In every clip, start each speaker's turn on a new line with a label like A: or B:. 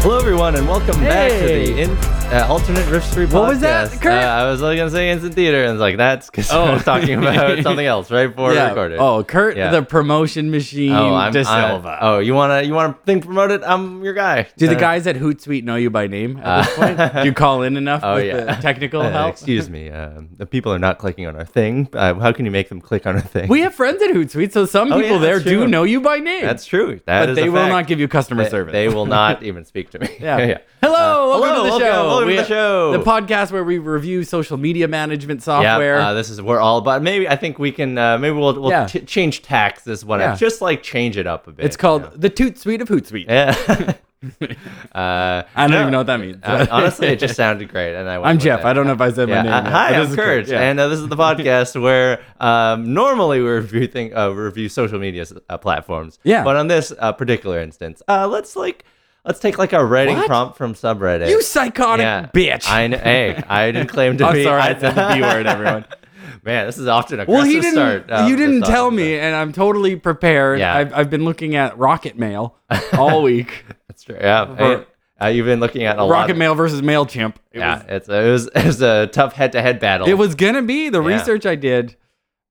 A: Hello, everyone, and welcome back to the
B: Hey.
A: in, uh, alternate riffs three podcast.
B: What was that, Kurt?
A: Uh, I was like, gonna say instant theater, and it's like that's because I was talking about something else right before we recorded.
B: Oh, Kurt,
A: Yeah.
B: the promotion machine,
A: Oh, I'm
B: De
A: I-
B: Silva.
A: oh, you wanna you wanna think promote it? I'm your guy.
B: Do the
A: Uh,
B: guys at Hootsuite know you by name at this
A: Uh,
B: point? Do you call in enough
A: Oh
B: with
A: yeah.
B: the technical
A: Uh,
B: help?
A: Excuse me. Um, the people are not clicking on our thing. Uh, how can you make them click on our thing?
B: We have friends at Hootsuite, so some
A: Oh, yeah,
B: people there
A: that's true.
B: do know you by name.
A: that's true. That
B: but
A: is
B: they
A: a
B: will
A: fact.
B: not give you customer
A: They-
B: service.
A: They will not even speak to me.
B: Yeah.
A: yeah.
B: Hello,
A: Uh,
B: welcome
A: hello,
B: to the
A: welcome-
B: show.
A: welcome to the show.
B: The podcast where we review social media management software.
A: Yeah, uh, this is we're all about. Maybe I think we can. Uh, maybe we'll, we'll
B: Yeah.
A: ch- change tax this one.
B: Yeah.
A: Just like change it up a bit.
B: it's called
A: you know?
B: the Toot Suite of Hootsuite.
A: Yeah. uh,
B: I don't
A: no,
B: even know what that means.
A: uh, honestly, it just sounded great, and I. went
B: I'm
A: with
B: Jeff.
A: it.
B: I don't know if I said
A: Yeah.
B: my name.
A: uh,
B: yet,
A: hi,
B: but this
A: I'm
B: is
A: Kurt,
B: Yeah.
A: and uh, this is the podcast where um, normally we review thing, uh, review social media s- uh, platforms.
B: Yeah.
A: But on this uh, particular instance, uh, let's like let's take like a writing
B: What?
A: prompt from subreddit.
B: you psychotic bitch.
A: I know. Hey, I didn't claim to
B: I'm
A: be.
B: sorry, I said the B word, everyone.
A: Man, this is often a
B: Well, he didn't.
A: Start, uh,
B: you
A: this
B: didn't
A: often
B: tell
A: does.
B: me, and I'm totally prepared.
A: Yeah.
B: I've, I've been looking at Rocket Mail all week.
A: That's true. Yeah,
B: Or-
A: Hey, uh, you've been looking at a lot.
B: Rocket
A: of-
B: Mail versus Mailchimp. It
A: Yeah,
B: was,
A: it's a, it was it was a tough head to head battle.
B: it was gonna be the
A: Yeah.
B: research I did,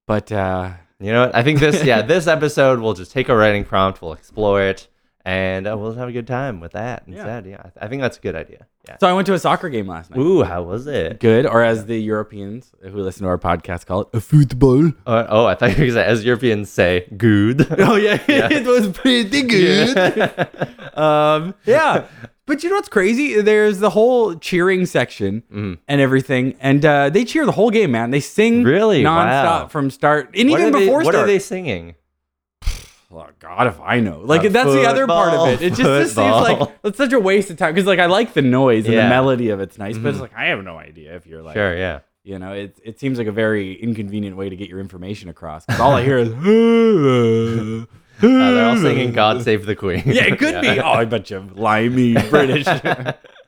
B: but uh,
A: You know what? I think this. Yeah, this episode we'll just take a writing prompt, we'll explore it, and uh, we'll have a good time with that instead. Yeah, I, I think that's a good idea. Yeah.
B: so I went to a soccer game last night.
A: Ooh, how was it?
B: Good, or as the Europeans who listen to our podcast call it, a football.
A: Oh, oh, I thought you were gonna say, as Europeans say, good.
B: Oh yeah, it was pretty good. um, yeah. But you know what's crazy? There's the whole cheering section
A: Mm-hmm.
B: and everything, and uh, they cheer the whole game, man. They sing
A: Really?
B: nonstop
A: Wow.
B: from start and
A: What
B: even
A: are they-
B: before
A: what
B: start.
A: are they singing?
B: Oh, God, if I know, like
A: Uh,
B: that's the other part of it.
A: football,
B: It just, just seems like
A: football.
B: it's such a waste of time because like I like the noise and
A: Yeah. Mm-hmm.
B: the melody of it's nice, but it's like I have no idea if you're like
A: Sure. Yeah.
B: you know it. It seems like a very inconvenient way to get your information across because all I hear is.
A: Uh, they're all singing "God Save the Queen."
B: Yeah, it could be. Oh, I bet you limey British.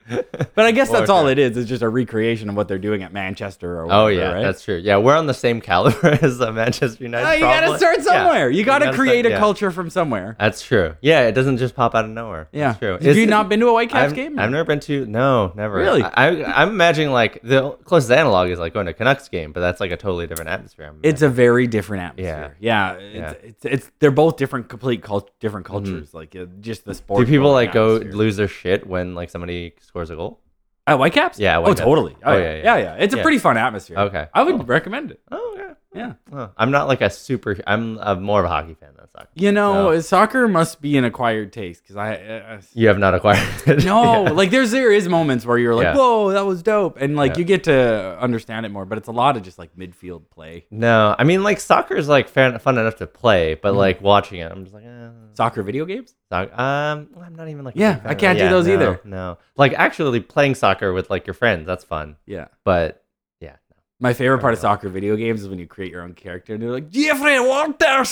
B: but I guess that's all
A: sure.
B: it is. It's just a recreation of what they're doing at Manchester or whatever,
A: Oh yeah,
B: right?
A: that's true. Yeah, we're on the same caliber as uh, Manchester United.
B: Oh, you
A: probably.
B: gotta start
A: Yeah.
B: somewhere. You gotta,
A: gotta start-
B: create a
A: yeah.
B: culture from somewhere.
A: That's true. Yeah, it doesn't just pop out of nowhere.
B: Yeah.
A: that's true.
B: Have you
A: Is-
B: not been to a Whitecaps
A: I've,
B: game?
A: I've never been to. No, never.
B: Really?
A: I, I, I'm imagining like the closest analog is like going to a Canucks game, but that's like a totally different atmosphere. I'm
B: it's a very different atmosphere. Yeah,
A: Yeah.
B: It's, it's it's they're both different, complete cult, different cultures. Like uh, just the sport.
A: imagining. do people like go
B: atmosphere.
A: lose their shit when like somebody scores a goal?
B: at Whitecaps?
A: Yeah,
B: oh,
A: Whitecaps.
B: totally. Oh, yeah, yeah, yeah, It's a
A: Yeah.
B: pretty fun atmosphere.
A: Okay,
B: I would
A: cool.
B: recommend it.
A: Oh yeah.
B: Yeah.
A: Oh, I'm not like a super. I'm uh more of a hockey fan than soccer.
B: You know,
A: So-
B: soccer must be an acquired taste because I, uh,
A: You have not acquired. it.
B: No,
A: Yeah.
B: like there's there is moments where you're like,
A: Yeah.
B: whoa, that was dope, and like
A: Yeah.
B: you get to understand it more. But it's a lot of just like midfield play.
A: No, I mean like soccer is like fan, fun enough to play,
B: Mm-hmm.
A: but like watching it, I'm just like, eh,
B: Soccer video games?
A: soc- um, I'm not even like. a
B: Yeah,
A: big fan
B: I
A: of
B: can't
A: it.
B: do those
A: no,
B: either.
A: No, like actually playing soccer with like your friends, that's fun.
B: Yeah.
A: But yeah,
B: My favorite part of soccer video games is when you create your own character and they're like, Jeffrey Walter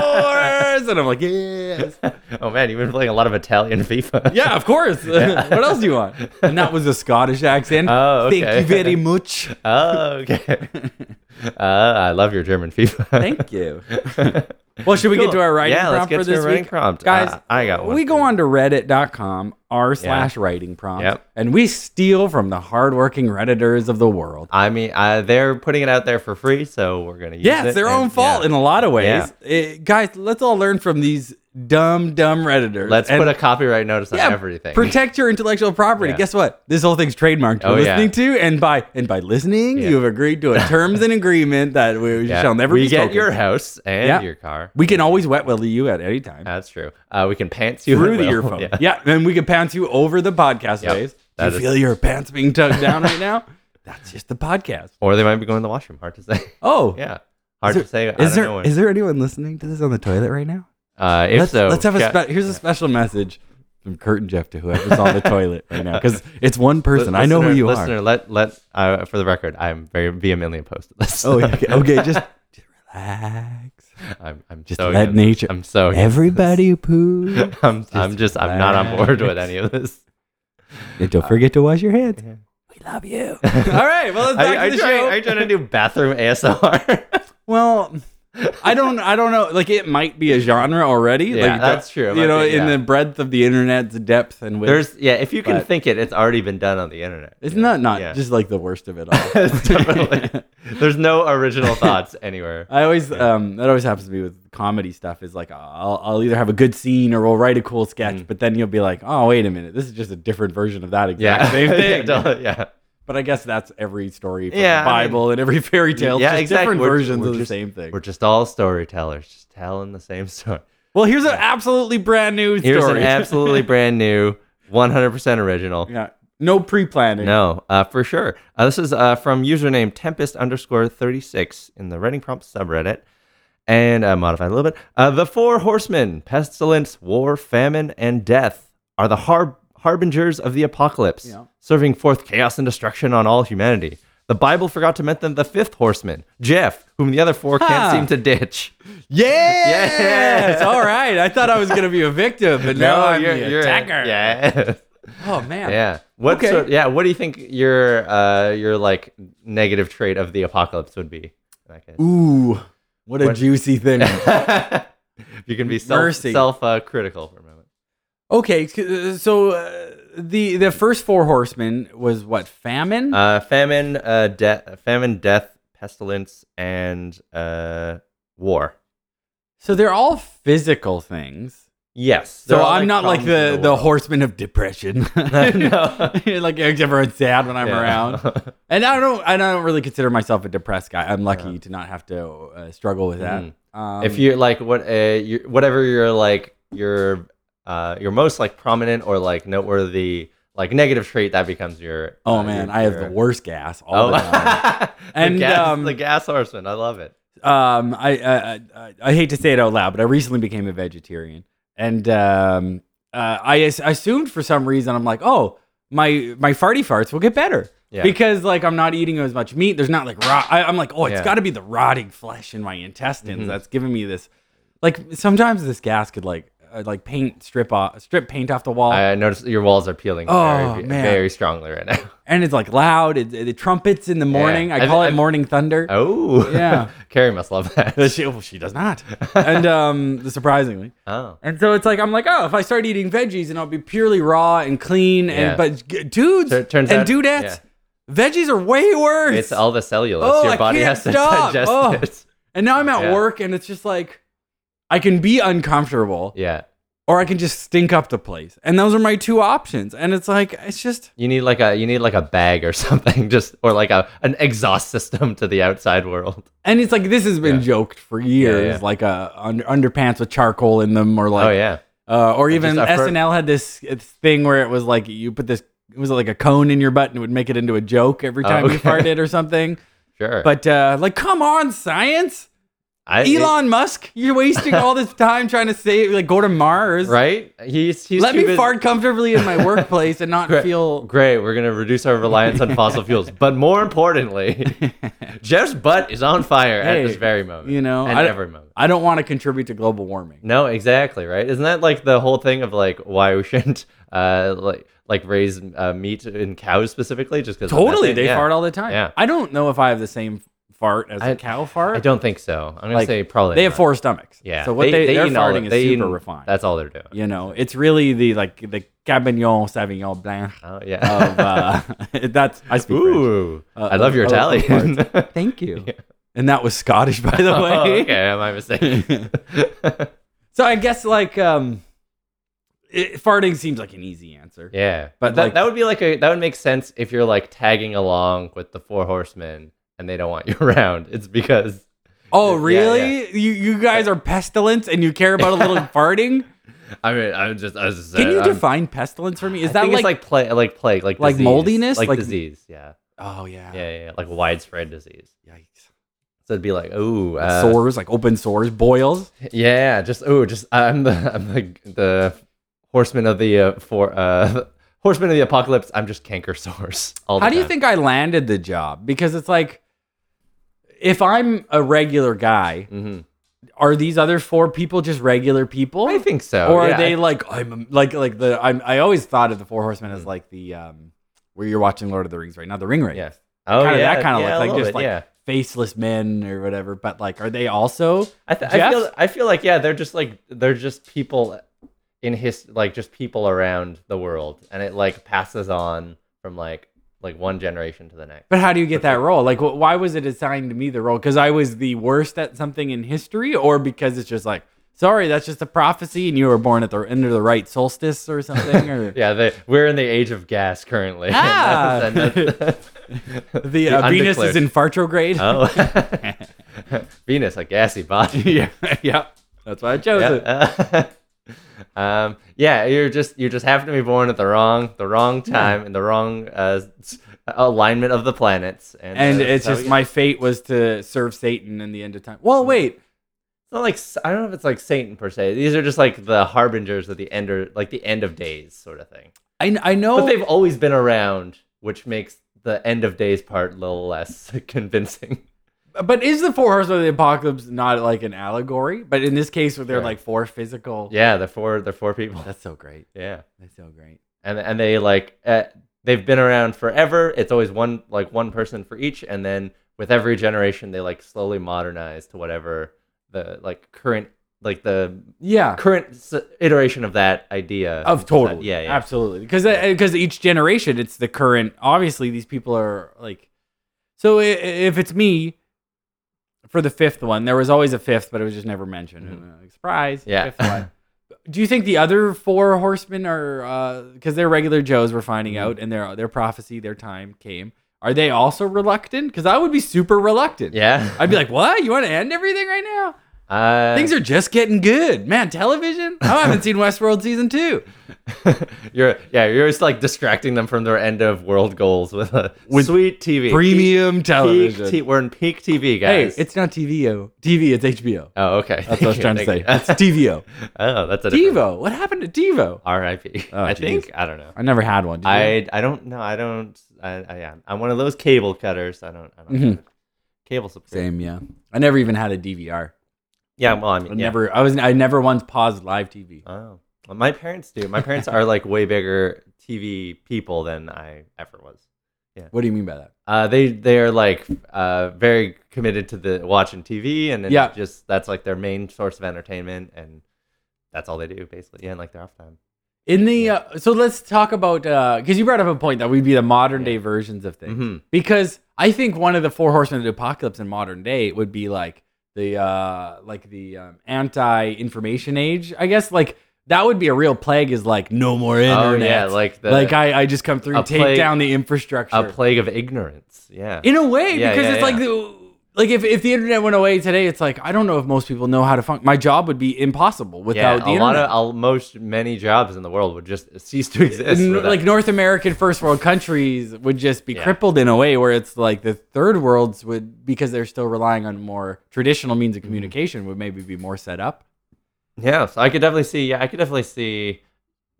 B: scores, and I'm like, yes.
A: oh man, you've been playing a lot of Italian FIFA.
B: Yeah, of course. what else do you want? And that was a Scottish accent.
A: Oh, okay.
B: Thank you very much.
A: Oh, okay. uh, I love your German FIFA.
B: Thank you. Well, should we get
A: Cool.
B: to our writing
A: Yeah, let's
B: prompt
A: get
B: for
A: to a
B: this
A: writing
B: week?
A: prompt.
B: Guys,
A: Uh, I got one
B: We
A: for
B: go
A: you.
B: on to reddit.com r slash writing prompt
A: Yep.
B: and we steal from the hardworking redditors of the world.
A: I mean, uh, they're putting it out there for free, so we're gonna use
B: Yeah,
A: it.
B: it's their
A: and-
B: own fault
A: yeah.
B: in a lot of ways.
A: Yeah.
B: It- guys, let's all learn from these dumb, dumb redditors.
A: Let's
B: and-
A: put a copyright notice on
B: yeah,
A: everything.
B: Protect your intellectual property.
A: Yeah.
B: Guess what? This whole thing's trademarked. You're
A: Oh, yeah.
B: listening to, and by and by listening,
A: Yeah.
B: you've agreed to a terms and agreement that we
A: Yeah.
B: shall never
A: we
B: be
A: get
B: spoken.
A: your house and
B: Yeah.
A: your car.
B: we can always wet willy you at any time.
A: That's true. Uh, we can pants you
B: through
A: at
B: the
A: will.
B: earphone.
A: Yeah.
B: Yeah. and we can pants you over the podcast
A: Yep.
B: waves. Do
A: That
B: you
A: is-
B: feel your pants being tugged down right now? That's just the podcast.
A: Or they might be going to the washroom. Hard to say.
B: Oh,
A: yeah. Hard
B: there-
A: to say. I
B: Is
A: don't
B: there
A: know when-
B: is there anyone listening to this on the toilet right now?
A: uh, if
B: let's,
A: so,
B: let's have a
A: shout-
B: spe- here's a special message from Kurt and Jeff to whoever's on the toilet right now because it's one person. I know who
A: listener-
B: you
A: listener,
B: are.
A: let let uh, for the record, I'm very vehemently opposed to this.
B: Oh, yeah, okay, okay, just, just relax.
A: I'm, I'm
B: Just
A: so
B: let
A: against-
B: nature-
A: I'm so against
B: Everybody poo.
A: this. I'm I'm just I'm not on board with any of this.
B: and don't forget to wash your hands. We love you. All right, well let's back
A: I, I
B: to the
A: try,
B: show.
A: Are you trying to do bathroom ASMR?
B: Well, I don't I don't know. Like it might be a genre already.
A: Yeah,
B: like,
A: that's true. It
B: You
A: might
B: know,
A: be,
B: in
A: yeah.
B: the breadth of the internet's depth and width.
A: There's yeah, if you can
B: But-
A: think it, it's already been done on the internet.
B: isn't that not
A: Yeah.
B: just like the worst of it all?
A: It's definitely- There's no original thoughts anywhere.
B: I always um that always happens to me with comedy stuff is like I'll, I'll either have a good scene or we'll write a cool sketch, but then you'll be like, oh wait a minute, this is just a different version of that exact
A: Yeah,
B: same thing.
A: yeah, don't- yeah.
B: But I guess that's every story from
A: Yeah, I
B: the Bible and every fairy tale.
A: yeah,
B: Yeah, just
A: exactly.
B: Different
A: We're-
B: versions
A: we're
B: of
A: just-
B: the same thing.
A: We're just all storytellers, just telling the same story.
B: Well, here's an absolutely brand new story.
A: Here's an absolutely brand new, 100% original.
B: yeah, no pre-planning.
A: No, uh, for sure. Uh, this is uh, from username tempest underscore 36 in the Reading Prompt subreddit. And uh, modified a little bit. Uh, the four horsemen, pestilence, war, famine, and death, are the har- harbingers of the apocalypse,
B: Yeah.
A: serving forth chaos and destruction on all humanity. The Bible forgot to mention the fifth horseman, Jeff, whom the other four
B: Ha.
A: can't seem to ditch.
B: Yes!
A: Yes!
B: All right. I thought I was going to be a victim, but now I'm the attacker.
A: Yeah.
B: Oh man.
A: Yeah. What
B: Okay.
A: sort, yeah, what do you think your uh your like negative trait of the apocalypse would be? In that case?
B: Ooh, what a
A: What-
B: juicy thing.
A: if you can be self
B: Mercy.
A: self uh, critical for a moment.
B: okay, c- so uh, the the first four horsemen was what famine.
A: Uh famine, uh death famine, death, pestilence, and uh war.
B: so they're all physical things.
A: Yes.
B: So
A: They're all,
B: I'm not like
A: problems
B: the
A: in
B: the,
A: world.
B: horseman of depression.
A: No.
B: like everyone's sad when I'm
A: Yeah.
B: around. and I don't I don't really consider myself a depressed guy. I'm lucky to not have to uh, struggle with that. Um,
A: Mm. if you're like what uh you whatever you're like your uh your most like prominent or like noteworthy like negative trait that becomes your
B: oh
A: uh,
B: man,
A: your-
B: I have
A: your-
B: the worst gas all
A: Oh,
B: the time. And,
A: the, gas,
B: um,
A: the gas horseman. I love it.
B: Um, I, I I I hate to say it out loud, but I recently became a vegetarian, and um, uh, I as- assumed for some reason I'm like, oh, my my farty farts will get better.
A: Yeah.
B: Because like I'm not eating as much meat. There's not like rot. I, I'm like, oh, it's
A: Yeah.
B: got to be the rotting flesh in my intestines
A: Mhm.
B: that's giving me this. Like sometimes this gas could like uh, like paint strip off strip paint off the wall.
A: I noticed that your walls are peeling
B: Oh,
A: very,
B: man.
A: very strongly right now.
B: and it's like loud. It, it trumpets in the morning. I
A: I've-
B: call it
A: I've-
B: morning thunder.
A: Oh,
B: Yeah.
A: Carrie must love
B: But
A: that.
B: She, well, she does not. and um, surprisingly,
A: Oh,
B: and so it's like I'm like, oh, if I start eating veggies, and I'll be purely raw and clean.
A: Yeah.
B: And but g- dudes
A: Tur- turns
B: and
A: out-
B: dudettes, veggies are way worse.
A: it's all the cellulose.
B: Oh,
A: your
B: I
A: body
B: can't
A: has to
B: stop.
A: digest
B: Oh.
A: it.
B: and now I'm at
A: Yeah.
B: work, and it's just like I can be uncomfortable,
A: Yeah,
B: or I can just stink up the place. And those are my two options. And it's like it's just
A: you need like a you need like a bag or something, just or like a an exhaust system to the outside world.
B: And it's like this has been
A: Yeah.
B: joked for years,
A: yeah.
B: like uh, under, underpants with charcoal in them, or like,
A: oh yeah,
B: uh, or even
A: I've heard-
B: SNL had this uh, thing where it was like you put this, it was like a cone in your butt and it would make it into a joke every time you
A: Oh, okay.
B: farted or something.
A: sure.
B: But uh, like, come on, science,
A: I,
B: Elon Musk, you're wasting all this time trying to say like go to Mars.
A: right? He's he's
B: Let
A: too
B: me
A: busy-
B: fart comfortably in my workplace and not
A: Great.
B: feel.
A: Great, we're gonna reduce our reliance on fossil fuels, but more importantly, Jeff's butt is on fire
B: Hey,
A: at this very moment.
B: you know,
A: at
B: I-
A: every moment.
B: I don't want to contribute to global warming.
A: No, exactly right. Isn't that like the whole thing of like why we shouldn't uh like like raise uh, meat in cows specifically just because
B: Totally, they fart all the time.
A: Yeah.
B: I don't know if I have the same fart as a
A: I-
B: cow fart.
A: I don't think so. I'm gonna
B: Like,
A: say probably
B: they have
A: not.
B: four stomachs.
A: Yeah,
B: So what they, they, are
A: eat all-
B: farting is
A: they eat-
B: super refined.
A: That's all they're doing.
B: you know, it's really the like the Cabernet Sauvignon Blanc
A: Oh yeah.
B: of uh, that's I speak French.
A: Ooh,
B: Uh,
A: I love your
B: I love
A: Italian.
B: Thank you. And that was Scottish, by the way.
A: oh, okay, my mistake.
B: So I guess like um, it, farting seems like an easy answer.
A: Yeah,
B: But,
A: but that,
B: like-
A: that would be like a that would make sense if you're like tagging along with the four horsemen and they don't want you around. It's because
B: Oh,
A: Yeah, yeah.
B: really? You you guys are pestilence, and you care about a little farting?
A: I mean I'm just I was just
B: Can
A: saying,
B: you
A: I'm-
B: define pestilence for me? Is
A: I
B: that
A: think
B: like,
A: it's like plague, like plague, like
B: like
A: disease,
B: moldiness?
A: like,
B: Like-
A: disease? Yeah.
B: oh yeah,
A: yeah, yeah, yeah, like widespread disease.
B: Yikes.
A: So it'd be like, ooh, uh,
B: sores like open sores, boils.
A: yeah, just ooh, just I'm the I'm the, the horseman of the uh, for uh, horseman of the apocalypse. I'm just canker source. All the
B: How do you
A: time.
B: think I landed the job? Because it's like, if I'm a regular guy,
A: Mhm.
B: are these other four people just regular people?
A: I Mm. think so.
B: or are
A: yeah,
B: they like I'm a- like like the I'm I always thought of the Four Horsemen as like the um where you're watching Lord of the Rings right now, the Ring Ring.
A: Yeah. Oh
B: Kinda
A: yeah,
B: that kinda
A: yeah,
B: look,
A: a
B: like
A: little
B: just
A: bit,
B: like
A: yeah.
B: faceless men or whatever, but like, are they also?
A: I, th- I
B: Jeff?
A: feel I feel like yeah, they're just like they're just people in his like just people around the world, and it like passes on from like like one generation to the next.
B: But how do you get that role? Like, wh- why was it assigned to me the role? Because I was the worst at something in history, or because it's just like, sorry, that's just a prophecy, and you were born at the under the right solstice or something, or
A: Yeah, they, we're in the age of gas currently.
B: Ah!
A: And that's- and that's-
B: the, uh, Venus
A: undeclared.
B: is in retrograde.
A: Oh, Venus, a gassy body.
B: yeah, yeah, that's why I chose it.
A: Yeah. um, yeah, you're just you just happen to be born at the wrong the wrong time in the wrong uh, s- alignment of the planets, and,
B: And
A: uh,
B: it's
A: so
B: just
A: yeah.
B: my fate was to serve Satan in the end of time. Well, wait,
A: It's not like s- I don't know if it's like Satan per se. These are just like the harbingers of the ender, like the end of days sort of thing.
B: I I
A: But
B: know
A: they've always been around, which makes the end of days part a little less convincing.
B: But is the four horsemen of the apocalypse not like an allegory? But in this case, where they're
A: Sure.
B: like four physical. Oh,
A: Yeah, they're four. They're four people.
B: That's so great.
A: Yeah.
B: That's so great.
A: and and they like uh, they've been around forever. It's always one like one person for each, and then with every generation, they like slowly modernize to whatever the like current like the
B: Yeah.
A: current s- iteration of that idea
B: Of total.
A: Yeah, yeah.
B: Absolutely. Because because each generation, it's the current. Obviously, these people are like. So i- i- if it's me, for the fifth one, there was always a fifth, but it was just never mentioned.
A: Mhm.
B: Uh, like, surprise.
A: Yeah.
B: Fifth one. Do you think the other four horsemen are because they're regular Joes? We're finding
A: Mhm.
B: out, and their their prophecy, their time came. Are they also reluctant? Because I would be super reluctant.
A: yeah.
B: I'd be like, what? You want to end everything right now?
A: Uh,
B: Things are just getting good. Man, television? Oh, I haven't seen Westworld season two.
A: you're yeah you're just like distracting them from their end of world goals with a
B: With
A: sweet TV
B: Premium
A: Peak,
B: television.
A: T- we're in peak TV
B: hey,
A: guys.
B: it's not TVO. TV, it's HBO.
A: oh okay.
B: That's what I was trying to say. It's
A: That's
B: TVO.
A: oh that's a different-
B: TiVo. What happened to TiVo?
A: R.I.P.
B: Oh,
A: I
B: geez.
A: think I don't know.
B: I never had one. Did you?
A: I I don't know. I don't. I, I am. I'm one of those cable cutters. I don't. I don't
B: Mhm.
A: have a cable subscription.
B: Same, yeah. I never even had a DVR.
A: Yeah. Well, I mean,
B: I
A: yeah.
B: never. I was. I never once paused live TV.
A: Oh, Well, my parents do. My parents are like way bigger TV people than I ever was.
B: What do you mean by that?
A: Uh, they they are like uh very committed to the watching TV and then
B: Yeah.
A: just that's like their main source of entertainment and that's all they do basically. Yeah, and like their off time.
B: In the uh, so let's talk about because you brought up a point that we'd be the modern day versions of things.
A: Mhm.
B: because I think one of the four horsemen of the apocalypse in modern day would be like the uh like the um, anti information age. I guess like that would be a real plague is like no more
A: Oh,
B: internet.
A: yeah,
B: like
A: like the
B: I I just come through
A: a
B: take
A: plague-
B: down the
A: a
B: infrastructure
A: plague of ignorance. Yeah.
B: in a way
A: Yeah,
B: because
A: yeah,
B: it's like
A: yeah.
B: the like if, if the internet went away today, it's like I don't know if most people know how to function. My job would be impossible without
A: yeah,
B: the
A: a lot
B: internet.
A: of a, most many jobs in the world would just cease to exist.
B: N-
A: without-
B: like North American first world countries would just be
A: Yeah.
B: crippled in a way where it's like the third worlds would because they're still relying on more traditional means
A: Mm-hmm.
B: of communication would maybe be more set up.
A: Yeah, so I could definitely see. Yeah, I could definitely see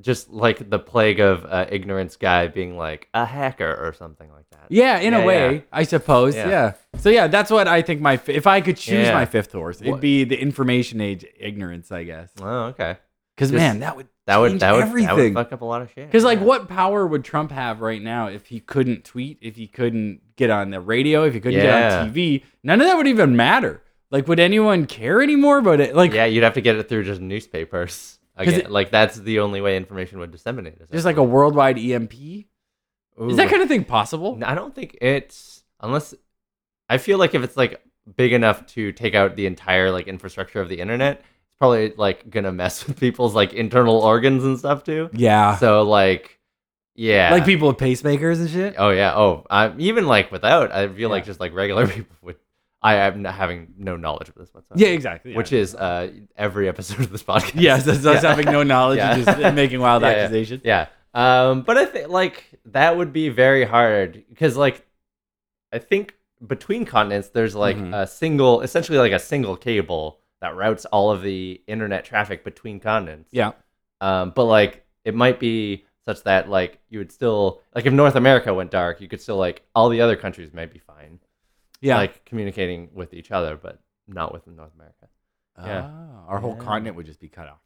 A: just like the plague of uh, ignorance guy being like a hacker or something like that.
B: Yeah, in
A: Yeah,
B: a way,
A: yeah.
B: I suppose.
A: Yeah.
B: Yeah. So yeah, that's what I think my f- if I could choose
A: Yeah.
B: my fifth horse, it'd
A: What-
B: be the information age ignorance, I guess.
A: Oh, okay.
B: Cuz
A: Just
B: man, that would
A: That would
B: Change
A: that would, that would
B: everything.
A: fuck up a lot of shit.
B: Because like,
A: yeah.
B: what power would Trump have right now if he couldn't tweet, if he couldn't get on the radio, if he couldn't get
A: Yeah.
B: on TV? None of that would even matter. Like, would anyone care anymore about it? Like,
A: Yeah, you'd have to get it through just newspapers.
B: 'Cause
A: Again,
B: it-
A: like that's the only way information would disseminate.
B: just like a worldwide EMP. Is that kind of thing possible?
A: I don't think it's unless I feel like if it's like big enough to take out the entire like infrastructure of the internet, it's probably like gonna mess with people's like internal organs and stuff too.
B: Yeah.
A: So like, yeah,
B: Like people with pacemakers and shit.
A: oh yeah, oh, I, even like without, I feel like
B: Yeah.
A: just like regular people would. I am not having no knowledge of this whatsoever.
B: Yeah, exactly. yeah.
A: which is uh every episode of this podcast.
B: yes, that's, that's
A: Yeah.
B: having no knowledge and
A: Yeah.
B: just making wild
A: Yeah, yeah.
B: accusations.
A: Yeah. Um, but I think like that would be very hard because like I think between continents there's like
B: Mhm.
A: a single, essentially like a single cable that routes all of the internet traffic between continents.
B: Yeah.
A: Um, but like it might be such that like you would still like if North America went dark, you could still like all the other countries might be fine,
B: Yeah.
A: like communicating with each other, but not with North America. yeah.
B: Ah, our whole
A: Yeah.
B: continent would just be cut off.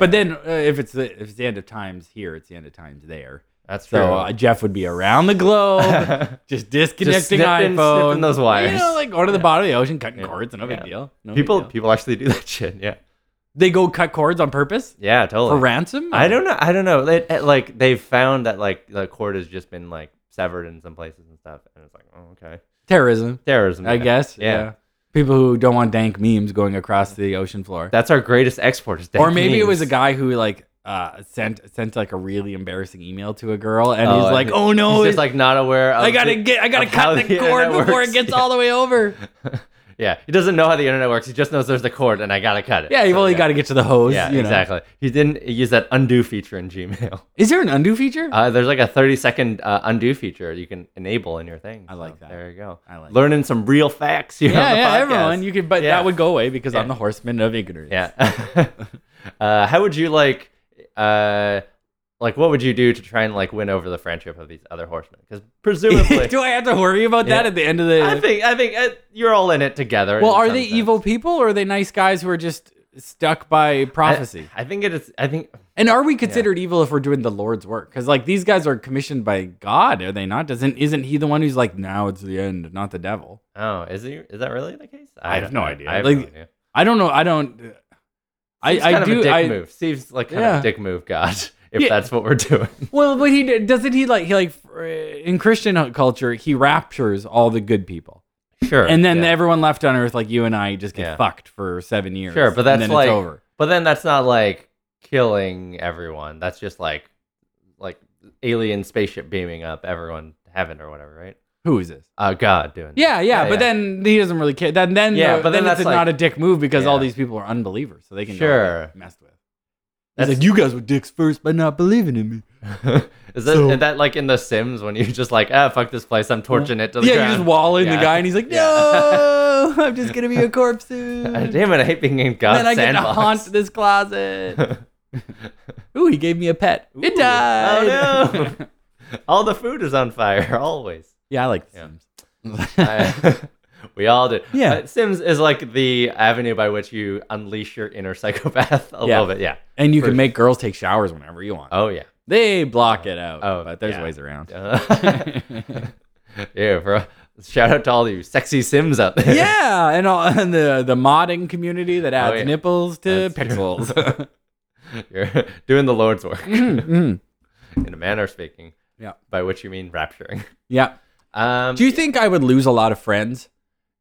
B: But then uh, if it's the, if it's the end of times here, it's the end of times there.
A: that's true.
B: So uh, Jeff would be around the globe, just disconnecting
A: snipping-
B: iPhones,
A: snipping those wires.
B: You know, like going to the bottom of the ocean, cutting cords, no
A: Yeah.
B: big deal. No big
A: people
B: deal.
A: people actually do that shit. Yeah.
B: they go cut cords on purpose
A: Yeah,
B: for
A: totally.
B: ransom.
A: I don't know. I don't know. It, it- like they've found that like the cord has just been like severed in some places and stuff, and it's like, oh okay,
B: terrorism.
A: terrorism.
B: I
A: yeah.
B: guess.
A: Yeah.
B: People who don't want dank memes going across the ocean floor.
A: That's our greatest export. Is
B: or maybe it
A: dank
B: was a
A: memes.
B: guy who like uh, sent sent like a really embarrassing email to a girl, and
A: Oh,
B: he's
A: and
B: like,
A: he-
B: "Oh no,
A: He's
B: it's
A: just like not aware. Of
B: I gotta
A: the- oh,
B: get, I gotta
A: of how
B: cut the
A: the
B: cord
A: internet
B: before
A: works.
B: it gets
A: Yeah.
B: all the way over."
A: yeah, he doesn't know how the internet works. He just knows there's the cord, and I gotta cut it.
B: Yeah, you've
A: So,
B: only got to get to the hose.
A: Yeah,
B: you know.
A: exactly. He didn't use that undo feature in Gmail.
B: Is there an undo feature?
A: Uh, there's like a 30 second uh, undo feature you can enable in your thing.
B: I like that.
A: There you go.
B: I like
A: learning some real facts here. on
B: yeah,
A: the
B: yeah,
A: podcast.
B: everyone. You could, but
A: Yeah.
B: that would go away because I'm
A: Yeah.
B: the horseman of ignorance.
A: Yeah. uh, how would you like, uh, like, what would you do to try and like win over the friendship of these other horsemen? Because presumably,
B: Do I have to worry about that
A: Yeah.
B: at the end of the?
A: I think I think uh, you're all in it together.
B: well,
A: in
B: are
A: some
B: they
A: sense.
B: evil people or are they nice guys who are just stuck by
A: I-
B: prophecy?
A: I, think it is. I think
B: and are we considered evil if we're doing the Lord's work? Because like these guys are commissioned by God, are they not? Doesn't isn't he the one who's like, now it's the end, not the devil?
A: Oh, is it? Is that really the case?
B: I have
A: don't
B: no
A: know.
B: idea.
A: I have
B: Like,
A: no idea.
B: I don't know. I don't. I,
A: It's kind
B: I
A: of
B: do.
A: a dick
B: I,
A: move. Seems like kind of
B: Yeah.
A: a dick move, God. If
B: Yeah.
A: that's what we're doing.
B: Well, but he did- doesn't he like he like uh, in Christian culture he raptures all the good people,
A: Sure.
B: and then
A: yeah.
B: everyone left on Earth like you and I just get
A: Yeah.
B: fucked for seven years.
A: Sure, but that's
B: and then
A: like,
B: it's over.
A: but then that's not like killing everyone. That's just like, like alien spaceship beaming up everyone to heaven or whatever, right?
B: Who is this?
A: Uh, God doing. that.
B: Yeah, yeah,
A: Yeah,
B: but
A: yeah.
B: then he doesn't really care. Then then
A: Yeah,
B: uh,
A: but then
B: it's
A: that's
B: a- not
A: like-
B: a dick move because all
A: Yeah.
B: these people are unbelievers, so they can
A: Sure.
B: get messed with. He's
A: That's-
B: like, you guys were dicks first by not believing in me.
A: is that
B: So-
A: is that like in The Sims when you just like ah fuck this place I'm torching it to the
B: yeah,
A: ground.
B: you just wall in
A: Yeah.
B: the guy, and he's like,
A: Yeah.
B: no, I'm just gonna be a corpse soon.
A: Ah, damn it! I hate being in God's
B: then I get to
A: sandbox.
B: haunt this closet. Ooh, he gave me a pet.
A: Ooh.
B: It died.
A: Oh, no. All the food is on fire always.
B: yeah, I like The
A: Yeah.
B: Sims.
A: I- we all do.
B: Yeah.
A: Uh, Sims is like the avenue by which you unleash your inner psychopath a
B: Yeah.
A: little bit. Yeah.
B: and you
A: For-
B: can make girls take showers whenever you want.
A: Oh yeah.
B: They block it out.
A: Oh,
B: but there's
A: yeah.
B: ways around.
A: Uh, yeah, bro. Shout out to all you sexy Sims out there.
B: yeah, and all and the the modding community that adds
A: Oh, yeah.
B: nipples to
A: That's true.
B: pixels.
A: You're doing the Lord's work
B: Mm.
A: in a manner of speaking.
B: Yeah.
A: By which you mean rapturing.
B: yeah.
A: Um,
B: Do you think I would lose a lot of friends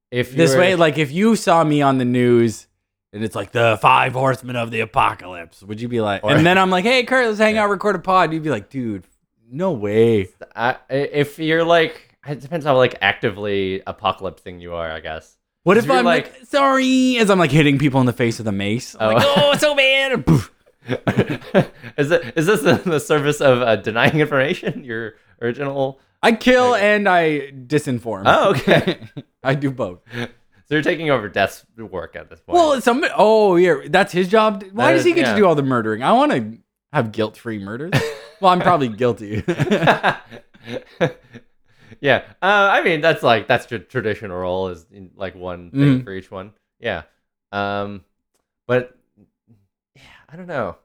A: if you
B: this
A: were-
B: way? Like if you saw me on the news. And it's like the five horsemen of the apocalypse. Would you be like,
A: Or-
B: and then I'm like, hey, Kurt, let's hang out, record a pod. You'd be like, dude, no way.
A: I, if you're like, it depends how like actively apocalypsing you are, I guess.
B: What if
A: You're
B: I'm like, sorry, as I'm like hitting people in the face with a mace? I'm
A: Oh.
B: like, oh, it's so bad. and poof.
A: is it is this in the service of uh, denying information? Your original.
B: I kill and I disinform.
A: Oh, okay.
B: I do both.
A: so you're taking over death's work at this point.
B: Well, some. Oh, yeah, that's his job. Why
A: That
B: does he
A: is-
B: get
A: yeah.
B: to do all the murdering? I want to have guilt-free murders. well, I'm probably guilty.
A: yeah. Uh, I mean, that's like that's your traditional role is in, like one thing
B: Mm.
A: for each one. Yeah. Um, but yeah, I don't know.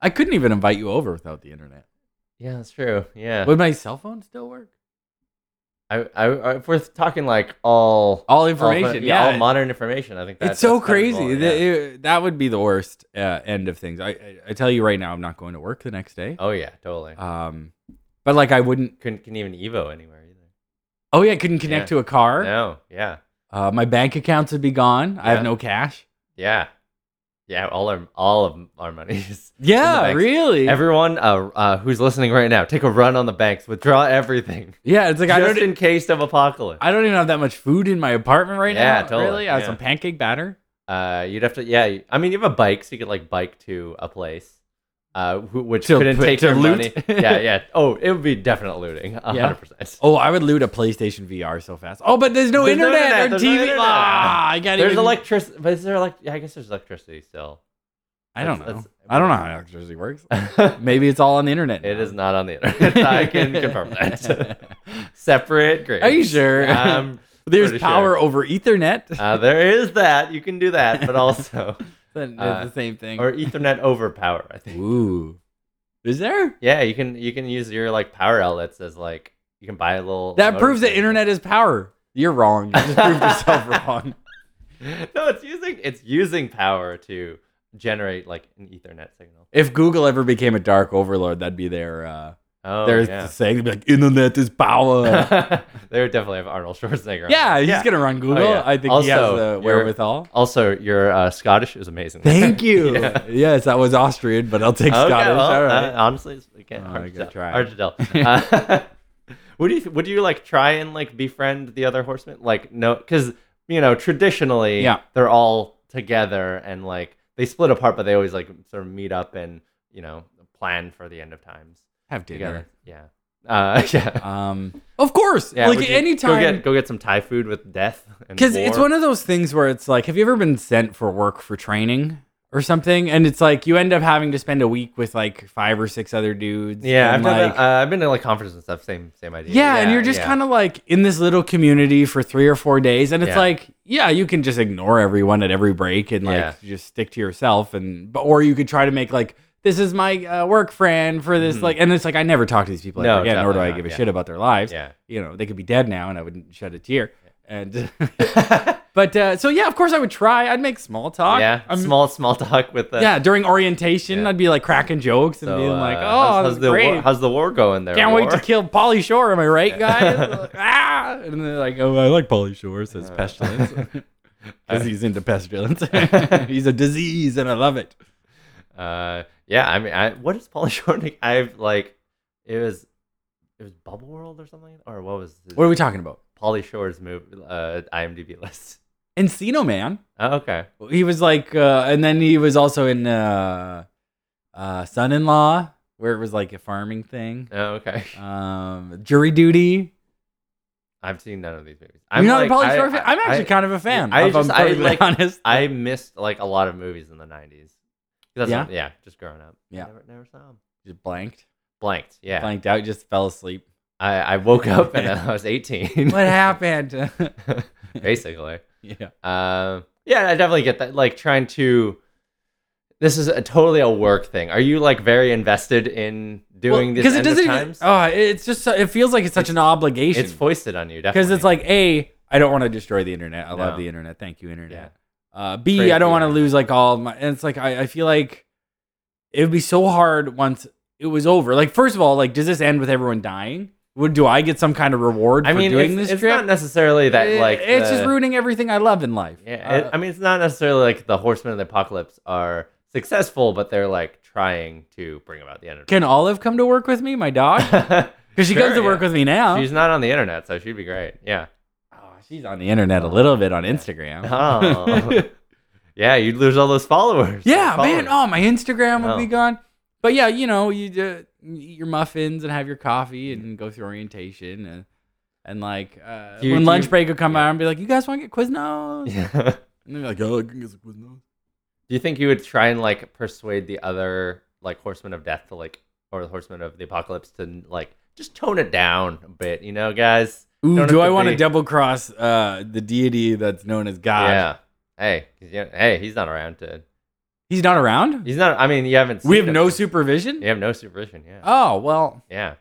B: I couldn't even invite you over without the internet.
A: Yeah, that's true. Yeah.
B: Would my cell phone still work?
A: I, I, I, if we're talking like all
B: All information.
A: fin-
B: yeah.
A: Oh, all modern information. I think that,
B: it's so
A: that's kind of
B: crazy.
A: cool,
B: That,
A: yeah.
B: it- that would be the worst uh, end of things. I, I I tell you right now, I'm not going to work the next day.
A: oh yeah, totally.
B: Um, but like I wouldn't.
A: Couldn't can even Evo anywhere either.
B: Oh yeah, I couldn't connect
A: Yeah.
B: to a car.
A: No, yeah,
B: Uh, my bank accounts would be gone. I
A: Yeah.
B: have no cash.
A: yeah, yeah. All our all of our monies.
B: Yeah,
A: banks.
B: really.
A: Everyone uh, uh, who's listening right now, take a run on the banks, withdraw everything,
B: yeah, it's like I
A: just
B: don't.
A: in case of apocalypse.
B: I don't even have that much food in my apartment right
A: Yeah,
B: now.
A: totally,
B: Really, I have
A: yeah.
B: some pancake batter.
A: Uh, you'd have to, yeah. I mean, you have a bike, so you could like bike to a place. Uh, wh- which
B: To
A: couldn't
B: put-
A: take
B: to
A: your
B: loot?
A: money. Yeah, yeah. Oh, it would be definite looting, a
B: Yeah.
A: hundred percent.
B: Oh, I would loot a PlayStation VR so fast. Oh, but there's no
A: There's no
B: internet
A: internet,
B: or
A: there's no
B: TV.
A: internet.
B: Ah, I got
A: There's
B: even,
A: electricity, but is there like? Yeah, I guess there's electricity still.
B: I don't
A: that's-
B: know.
A: that's-
B: I don't know how electricity works.
A: it
B: Maybe it's all on the internet. now.
A: is not on the internet. I can confirm that. Separate grades.
B: Are you sure?
A: Um, uh,
B: There's
A: pretty sure.
B: power over Ethernet.
A: Uh, there is that. You can do that, but also
B: Then
A: Uh,
B: the same thing.
A: or Ethernet over power. I think.
B: Ooh, is there?
A: Yeah, you can you can use your like power outlets as like you can buy a little.
B: That
A: modem
B: proves that
A: thing.
B: internet is power. You're wrong. You just proved yourself wrong.
A: No, it's using it's using power to generate like an Ethernet signal.
B: If Google ever became a dark overlord, that'd be their uh,
A: Oh,
B: their
A: yeah.
B: saying. They'd be like, "Internet is power."
A: they would definitely have Arnold Schwarzenegger. on
B: uh, yeah,
A: it.
B: he's gonna run Google.
A: yeah.
B: I think he has
A: Also,
B: the
A: you're-
B: wherewithal.
A: Also, your uh, Scottish is amazing.
B: Thank you.
A: Yeah.
B: Yes, that was Austrian, but I'll take
A: Okay,
B: Scottish.
A: well,
B: All right.
A: uh, honestly, it's it can't
B: Oh,
A: hard,
B: I
A: to
B: gotta
A: tell.
B: try.
A: hard to tell. Uh, would you would you like try and like befriend the other horsemen? Like no, because you know traditionally,
B: Yeah.
A: they're all together and like they split apart, but they always like sort of meet up and you know plan for the end of times
B: Have
A: together.
B: dinner.
A: Yeah, uh, yeah.
B: Um, of course.
A: Yeah,
B: like
A: would you
B: anytime.
A: go get go get some Thai food with death
B: Because it's one of those things where it's like, have you ever been sent for work for training or something? And it's like you end up having to spend a week with like five or six other dudes.
A: yeah. I've
B: and,
A: done
B: like,
A: that, uh, I've been to like conferences and stuff. Same same idea.
B: yeah, and you're just kind of like in this little community for three or four days, and it's
A: Yeah.
B: like, yeah, you can just ignore everyone at every break and like
A: Yeah.
B: just stick to yourself, and but or you could try to make like this is my uh, work friend for this, like, and it's like I never talk to these people
A: Mm-hmm. No,
B: ever again, nor do
A: definitely
B: I
A: not,
B: give a
A: yeah.
B: shit about their lives.
A: Yeah.
B: you know, they could be dead now, and I wouldn't shed a tear. And but uh, so yeah, of course I would try. I'd make small talk.
A: yeah.
B: I'm-
A: small small talk with the
B: yeah. During orientation,
A: Yeah.
B: I'd be like cracking jokes and
A: So,
B: being
A: uh,
B: like, oh,
A: how's, how's
B: that's
A: the
B: great.
A: war, how's the war going there?
B: Can't wait
A: war?
B: to kill Polly Shore. Am I right, guys? ah! And they're like, oh, I like Polly Shore, says
A: Uh.
B: Pestilence. Because he's into pestilence. he's a disease, and I love it.
A: Uh, yeah, I mean, I, what is Paul Shorten? I've like, it was, it was Bubble World or something, or what was his,
B: What are we talking about?
A: Polly Shore's movie uh, IMDb list?
B: Encino Man.
A: Oh, okay,
B: He was like, uh, and then he was also in uh, uh, Son in Law, where it was like a farming thing,
A: oh, okay.
B: um, Jury Duty.
A: I've seen none of these movies.
B: I'm not a Polly
A: I-
B: Shore fan. I'm
A: I,
B: actually kind of a fan.
A: I
B: if I'm
A: just- I,
B: perfectly
A: like-
B: honest.
A: I missed like a lot of movies in the '90s. That's
B: Yeah?
A: what- yeah, just growing up.
B: Yeah.
A: never, never saw them.
B: Just blanked,
A: Blanked. Yeah,
B: blanked out, just fell asleep.
A: I, I woke up and I was 18,
B: What happened?
A: basically.
B: yeah.
A: Um, yeah, I definitely get that. Like trying to, this is a, totally a work thing. Are you like very invested in doing this?
B: because
A: Because
B: it doesn't
A: Of
B: even.
A: times?
B: Oh, it's just so- it feels like it's such an obligation
A: it's foisted on you, definitely.
B: because it's like a I don't want to destroy the internet. I love
A: No.
B: the internet. Thank you, internet.
A: yeah,
B: Uh, B,
A: Praise
B: I don't
A: the
B: want to
A: internet.
B: lose like all of my. And it's like I, I feel like it would be so hard once it was over. Like first of all, like does this end with everyone dying? Would do I get some kind of reward
A: I
B: for
A: mean,
B: doing
A: it's,
B: this
A: it's
B: trip?
A: not necessarily that
B: It-
A: like
B: it's just
A: the-
B: ruining everything I love in life.
A: Yeah, it-
B: Uh,
A: I mean, it's not necessarily like the Horsemen of the Apocalypse are successful, but they're like trying to bring about the end. of
B: can Olive come to work with me, my dog?
A: it.
B: Because she
A: Sure,
B: comes to work
A: yeah.
B: with me now.
A: She's not on the internet, so she'd be great. Yeah.
B: oh, she's on the internet a little bit on Instagram.
A: Oh. yeah, you'd lose all those followers.
B: Yeah,
A: Followers.
B: man. Oh, my Instagram would
A: No.
B: be gone. But yeah, you know, you uh, eat your muffins and have your coffee and go through orientation and and like uh,
A: Do you-
B: when
A: do
B: lunch
A: you-
B: break would come
A: yeah.
B: out and be like, "You guys want to get Quiznos?"
A: Yeah.
B: And they're like, "Oh, I can get some Quiznos."
A: Do you think you would try and like persuade the other like horsemen of death to like or the horsemen of the apocalypse to like just tone it down a bit, you know, guys?
B: Ooh,
A: Don't
B: do
A: have
B: I
A: to
B: want to
A: be-
B: double cross uh, the deity that's known as God?
A: Yeah. Hey, he's- yeah, hey, he's not around to.
B: He's not around.
A: He's not. I mean, you haven't.
B: we
A: seen
B: have no
A: him.
B: supervision.
A: You have no supervision. Yeah.
B: Oh well,
A: Yeah.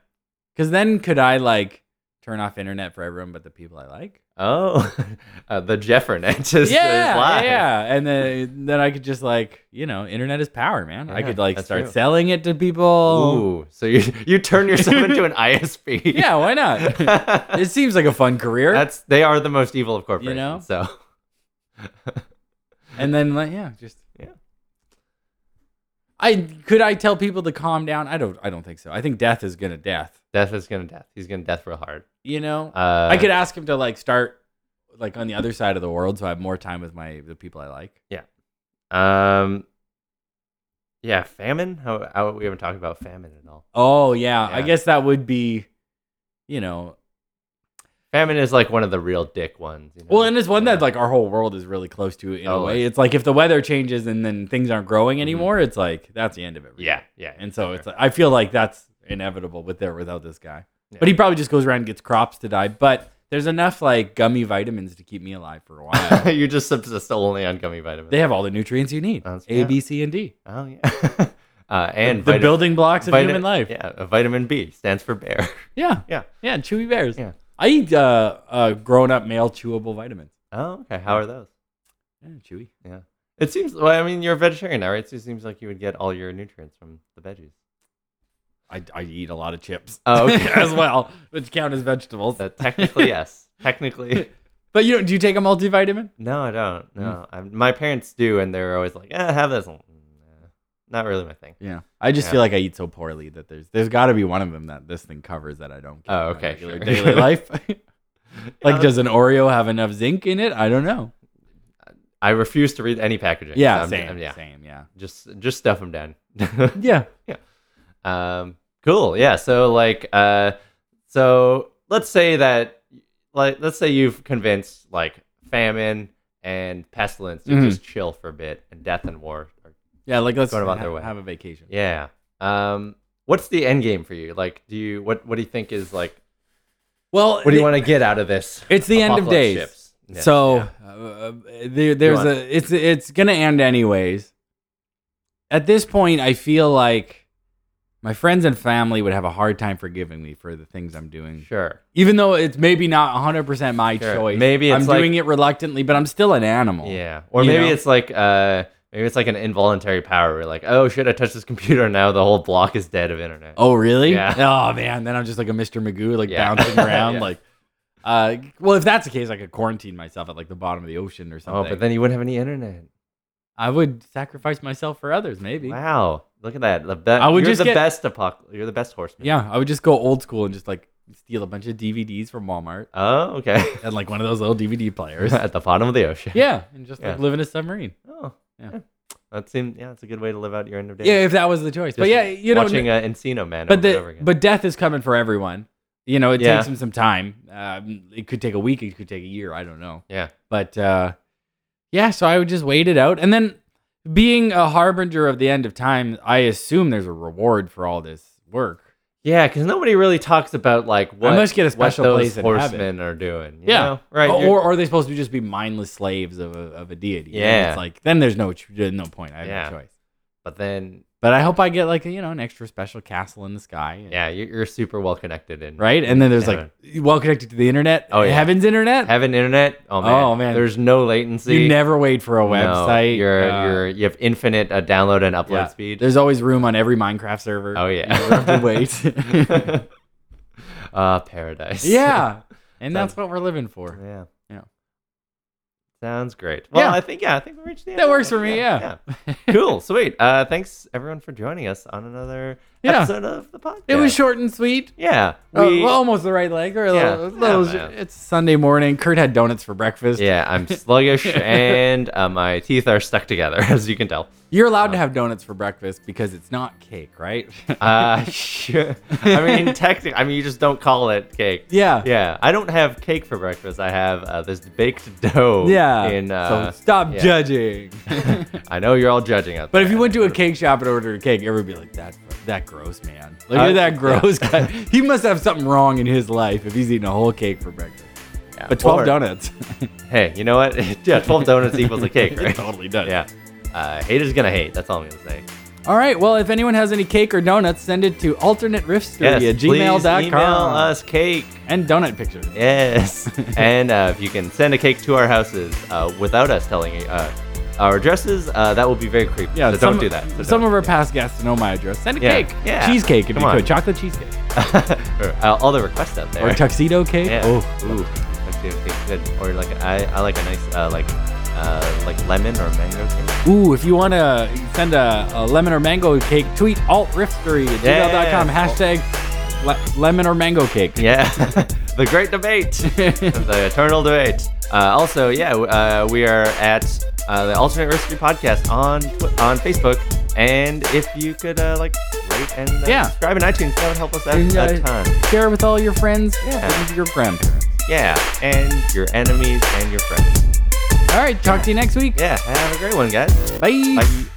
B: because then could I like turn off internet for everyone but the people I like?
A: Oh, uh, the Jeffernet just
B: yeah,
A: is live.
B: yeah, and then then I could just like you know, internet is power, man. I
A: Yeah,
B: could like
A: that's
B: start
A: true.
B: selling it to people.
A: Ooh, so you you turn yourself into an ISP.
B: Yeah, why not? it seems like a fun career.
A: That's they are the most evil of corporations.
B: know?
A: So
B: and then like yeah, just
A: Yeah.
B: I could I tell people to calm down? I don't I don't think so. I think death is gonna death.
A: death is gonna death. He's gonna death real hard.
B: You know,
A: Uh,
B: I could ask him to like start like on the other side of the world, so I have more time with my the people I like.
A: Um. Yeah, famine. How, how we haven't talked about famine at all.
B: Oh yeah, I
A: Yeah.
B: guess that would be, you know,
A: Famine is like one of the real dick ones. You know?
B: Well, and it's one that
A: Yeah.
B: like our whole world is really close to in a
A: Oh,
B: way. It's like if the weather changes and then things aren't growing
A: Mhm.
B: anymore, it's like that's the end of it. really.
A: yeah, yeah.
B: And so it's
A: like,
B: like, I feel like that's inevitable with there without this guy.
A: Yeah.
B: But he probably just goes around and gets crops to die. But There's enough like gummy vitamins to keep me alive for a while.
A: you just subsist only on gummy vitamins.
B: uh, they have all the nutrients you need.
A: That's-
B: A, B, C, and D.
A: oh yeah. uh, and
B: the
A: vita-
B: building blocks of
A: vita-
B: human life.
A: Yeah, uh, vitamin B stands for bear.
B: Yeah.
A: yeah.
B: Yeah, chewy bears.
A: Yeah.
B: I eat uh, uh, grown up male chewable vitamins.
A: Oh, okay. How are those?
B: Yeah, chewy.
A: Yeah. It seems. Well, I mean, you're a vegetarian now, right? So it seems like you would get all your nutrients from the veggies.
B: I, I eat a lot of chips
A: Oh, okay.
B: as well, which count as vegetables.
A: That Uh, technically, yes. Technically,
B: But you don't, do you take a multivitamin?
A: no, I don't. No,
B: Mm.
A: I'm, my parents do, and they're always like, "Eh, have this." one." Nah, not really my thing.
B: Yeah. I just
A: Yeah.
B: feel like I eat so poorly that there's there's got to be one of them that this thing covers that I don't. get
A: Oh,
B: in my
A: okay,
B: regular
A: sure.
B: Daily life. like, does an Oreo have enough zinc in it? I don't know.
A: I refuse to read any packaging. so
B: Yeah,
A: I'm-
B: same,
A: I'm- yeah.
B: same, yeah,
A: Just, just stuff them down.
B: yeah.
A: um, cool. Yeah. So, like, uh, so let's say that, like, let's say you've convinced like famine and pestilence to
B: Mhm.
A: just chill for a bit, and death and war are
B: Yeah, like let's
A: Sort of on
B: ha-
A: their way.
B: have a vacation.
A: Yeah. Um, what's the end game for you? Like, do you what What do you think is like?
B: Well,
A: What do you
B: the-
A: want to get out of this?
B: It's the end of
A: Apocalypse
B: days.
A: ships. Yeah.
B: So
A: Yeah.
B: uh, there, there's
A: want-
B: a it's it's gonna end anyways. At this point, I feel like my friends and family would have a hard time forgiving me for the things I'm doing,
A: sure.
B: even though it's maybe not 100 percent my
A: Sure.
B: choice.
A: Maybe
B: I'm
A: it's like-
B: doing it reluctantly, but I'm still an animal.
A: Yeah. Or
B: You
A: maybe
B: know?
A: it's like uh, maybe it's like an involuntary power. Where like, oh shit, I touched this computer, and now the whole block is dead of internet.
B: Oh really?
A: Yeah.
B: Oh man, then I'm just like a Mr. Magoo, like
A: Yeah.
B: bouncing around,
A: Yeah.
B: like. Uh, well, if that's the case, I could quarantine myself at like the bottom of the ocean or
A: Oh,
B: something.
A: but then you wouldn't have any internet.
B: I would sacrifice myself for others, maybe.
A: Wow. Look at that. The be-
B: I would
A: you're
B: just
A: the
B: get-
A: best apoc- You're the best horseman.
B: Yeah, I would just go old school and just like steal a bunch of DVDs from Walmart
A: Oh, okay.
B: and like one of those little DVD players.
A: At the bottom of the ocean.
B: yeah, and just like
A: Yeah.
B: live in a submarine.
A: Oh.
B: Yeah.
A: yeah. That seemed yeah, it's a good way to live out your end of days.
B: Yeah, if that was the choice. but
A: Just
B: yeah, you know,
A: watching uh, Encino Man
B: but
A: over and over
B: the,
A: again.
B: but death is coming for everyone. You know, it
A: Yeah.
B: takes them some time. Um, it could take a week. It could take a year. I don't know.
A: yeah.
B: But uh, yeah, so I would just wait it out, and then being a harbinger of the end of time, I assume there's a reward for all this work.
A: Yeah, because nobody really talks about like what,
B: must get a
A: what
B: special
A: those
B: place in heaven.
A: horsemen are doing. you
B: Yeah. Oh,
A: know? right.
B: Or,
A: you're-
B: or are they supposed to just be mindless slaves of a, of a deity? And
A: Yeah.
B: It's like, then there's no ch- no point. I have
A: Yeah.
B: no choice.
A: but then,
B: But I hope I get like, you know, an extra special castle in the sky. and-
A: yeah, you're, you're super well connected in
B: Right? And then there's like, well connected to the internet.
A: Oh, yeah.
B: Heaven's internet.
A: Having internet, oh man,
B: Oh, man.
A: there's no latency.
B: you never wait for a
A: No,
B: website.
A: you're
B: Uh,
A: you're you have infinite uh, download and upload
B: yeah.
A: speed.
B: There's always room on every Minecraft server.
A: Oh, yeah.
B: You never have to wait.
A: uh, paradise.
B: yeah. And that's what we're living for.
A: yeah,
B: Yeah.
A: Sounds great. Well,
B: Yeah.
A: I think yeah, I think we reached the end.
B: That
A: of this.
B: works for me, yeah.
A: yeah. cool, sweet. Uh, thanks everyone for joining us on another
B: Yeah.
A: episode of the podcast.
B: It was short and sweet.
A: Yeah.
B: Uh,
A: we-
B: well, almost the right leg. Or a
A: Yeah.
B: little, a little-
A: Yeah, man.
B: it's Sunday morning. Kurt had donuts for breakfast.
A: yeah, I'm sluggish and uh, my teeth are stuck together, as you can tell.
B: You're allowed to have donuts for breakfast because it's not cake, right?
A: Uh, sure. I mean, technically, I mean, you just don't call it cake.
B: yeah.
A: Yeah, I don't have cake for breakfast. I have uh, this baked dough.
B: Yeah.
A: In, uh,
B: so stop
A: yeah.
B: judging.
A: I know you're all judging us.
B: but if you went to a cake shop and ordered a cake, everyone would be like, that, that gross man. Like,
A: Uh,
B: you're that
A: yeah.
B: gross guy. He must have something wrong in his life if he's eating a whole cake for breakfast. But 12 donuts.
A: Hey, you know what? yeah, 12 donuts equals a cake,
B: it
A: right?
B: totally does.
A: yeah. Uh, haters gonna hate. That's all I'm gonna say.
B: All right. Well, if anyone has any cake or donuts, send it to alternateriffstudio
A: yes, please email us cake.
B: And donut pictures.
A: Yes. and uh, if you can send a cake to our houses uh, without us telling you uh, our addresses, uh, that will be very creepy.
B: Yeah,
A: so
B: some,
A: don't do that. So
B: some
A: don't.
B: of our past guests know my address. Send a
A: Yeah,
B: cake.
A: yeah.
B: Cheesecake if
A: Come
B: you
A: on.
B: could. Chocolate cheesecake.
A: Or, uh, all the requests out there.
B: Or tuxedo cake.
A: Yeah.
B: Oh.
A: Ooh. Let's see if it's good. Or like I, I like a nice uh, like uh, like lemon or mango cake.
B: Ooh, if you want to send a, a lemon or mango cake, tweet altriftery at
A: Yeah.
B: gmail.com. Hashtag le- lemon or mango cake.
A: Yeah. the great debate. the eternal debate. Uh, also, yeah, w- uh, we are at uh, the Alternate Recipe Podcast on tw- on Facebook, and if you could uh, like rate and uh,
B: Yeah.
A: subscribe in iTunes, that would help us out
B: And, uh,
A: a ton.
B: Share it with all your friends
A: Yeah.
B: and your grandparents.
A: Yeah, and your enemies and your friends.
B: All right. Talk to you next week.
A: Yeah, have a great one, guys. Bye.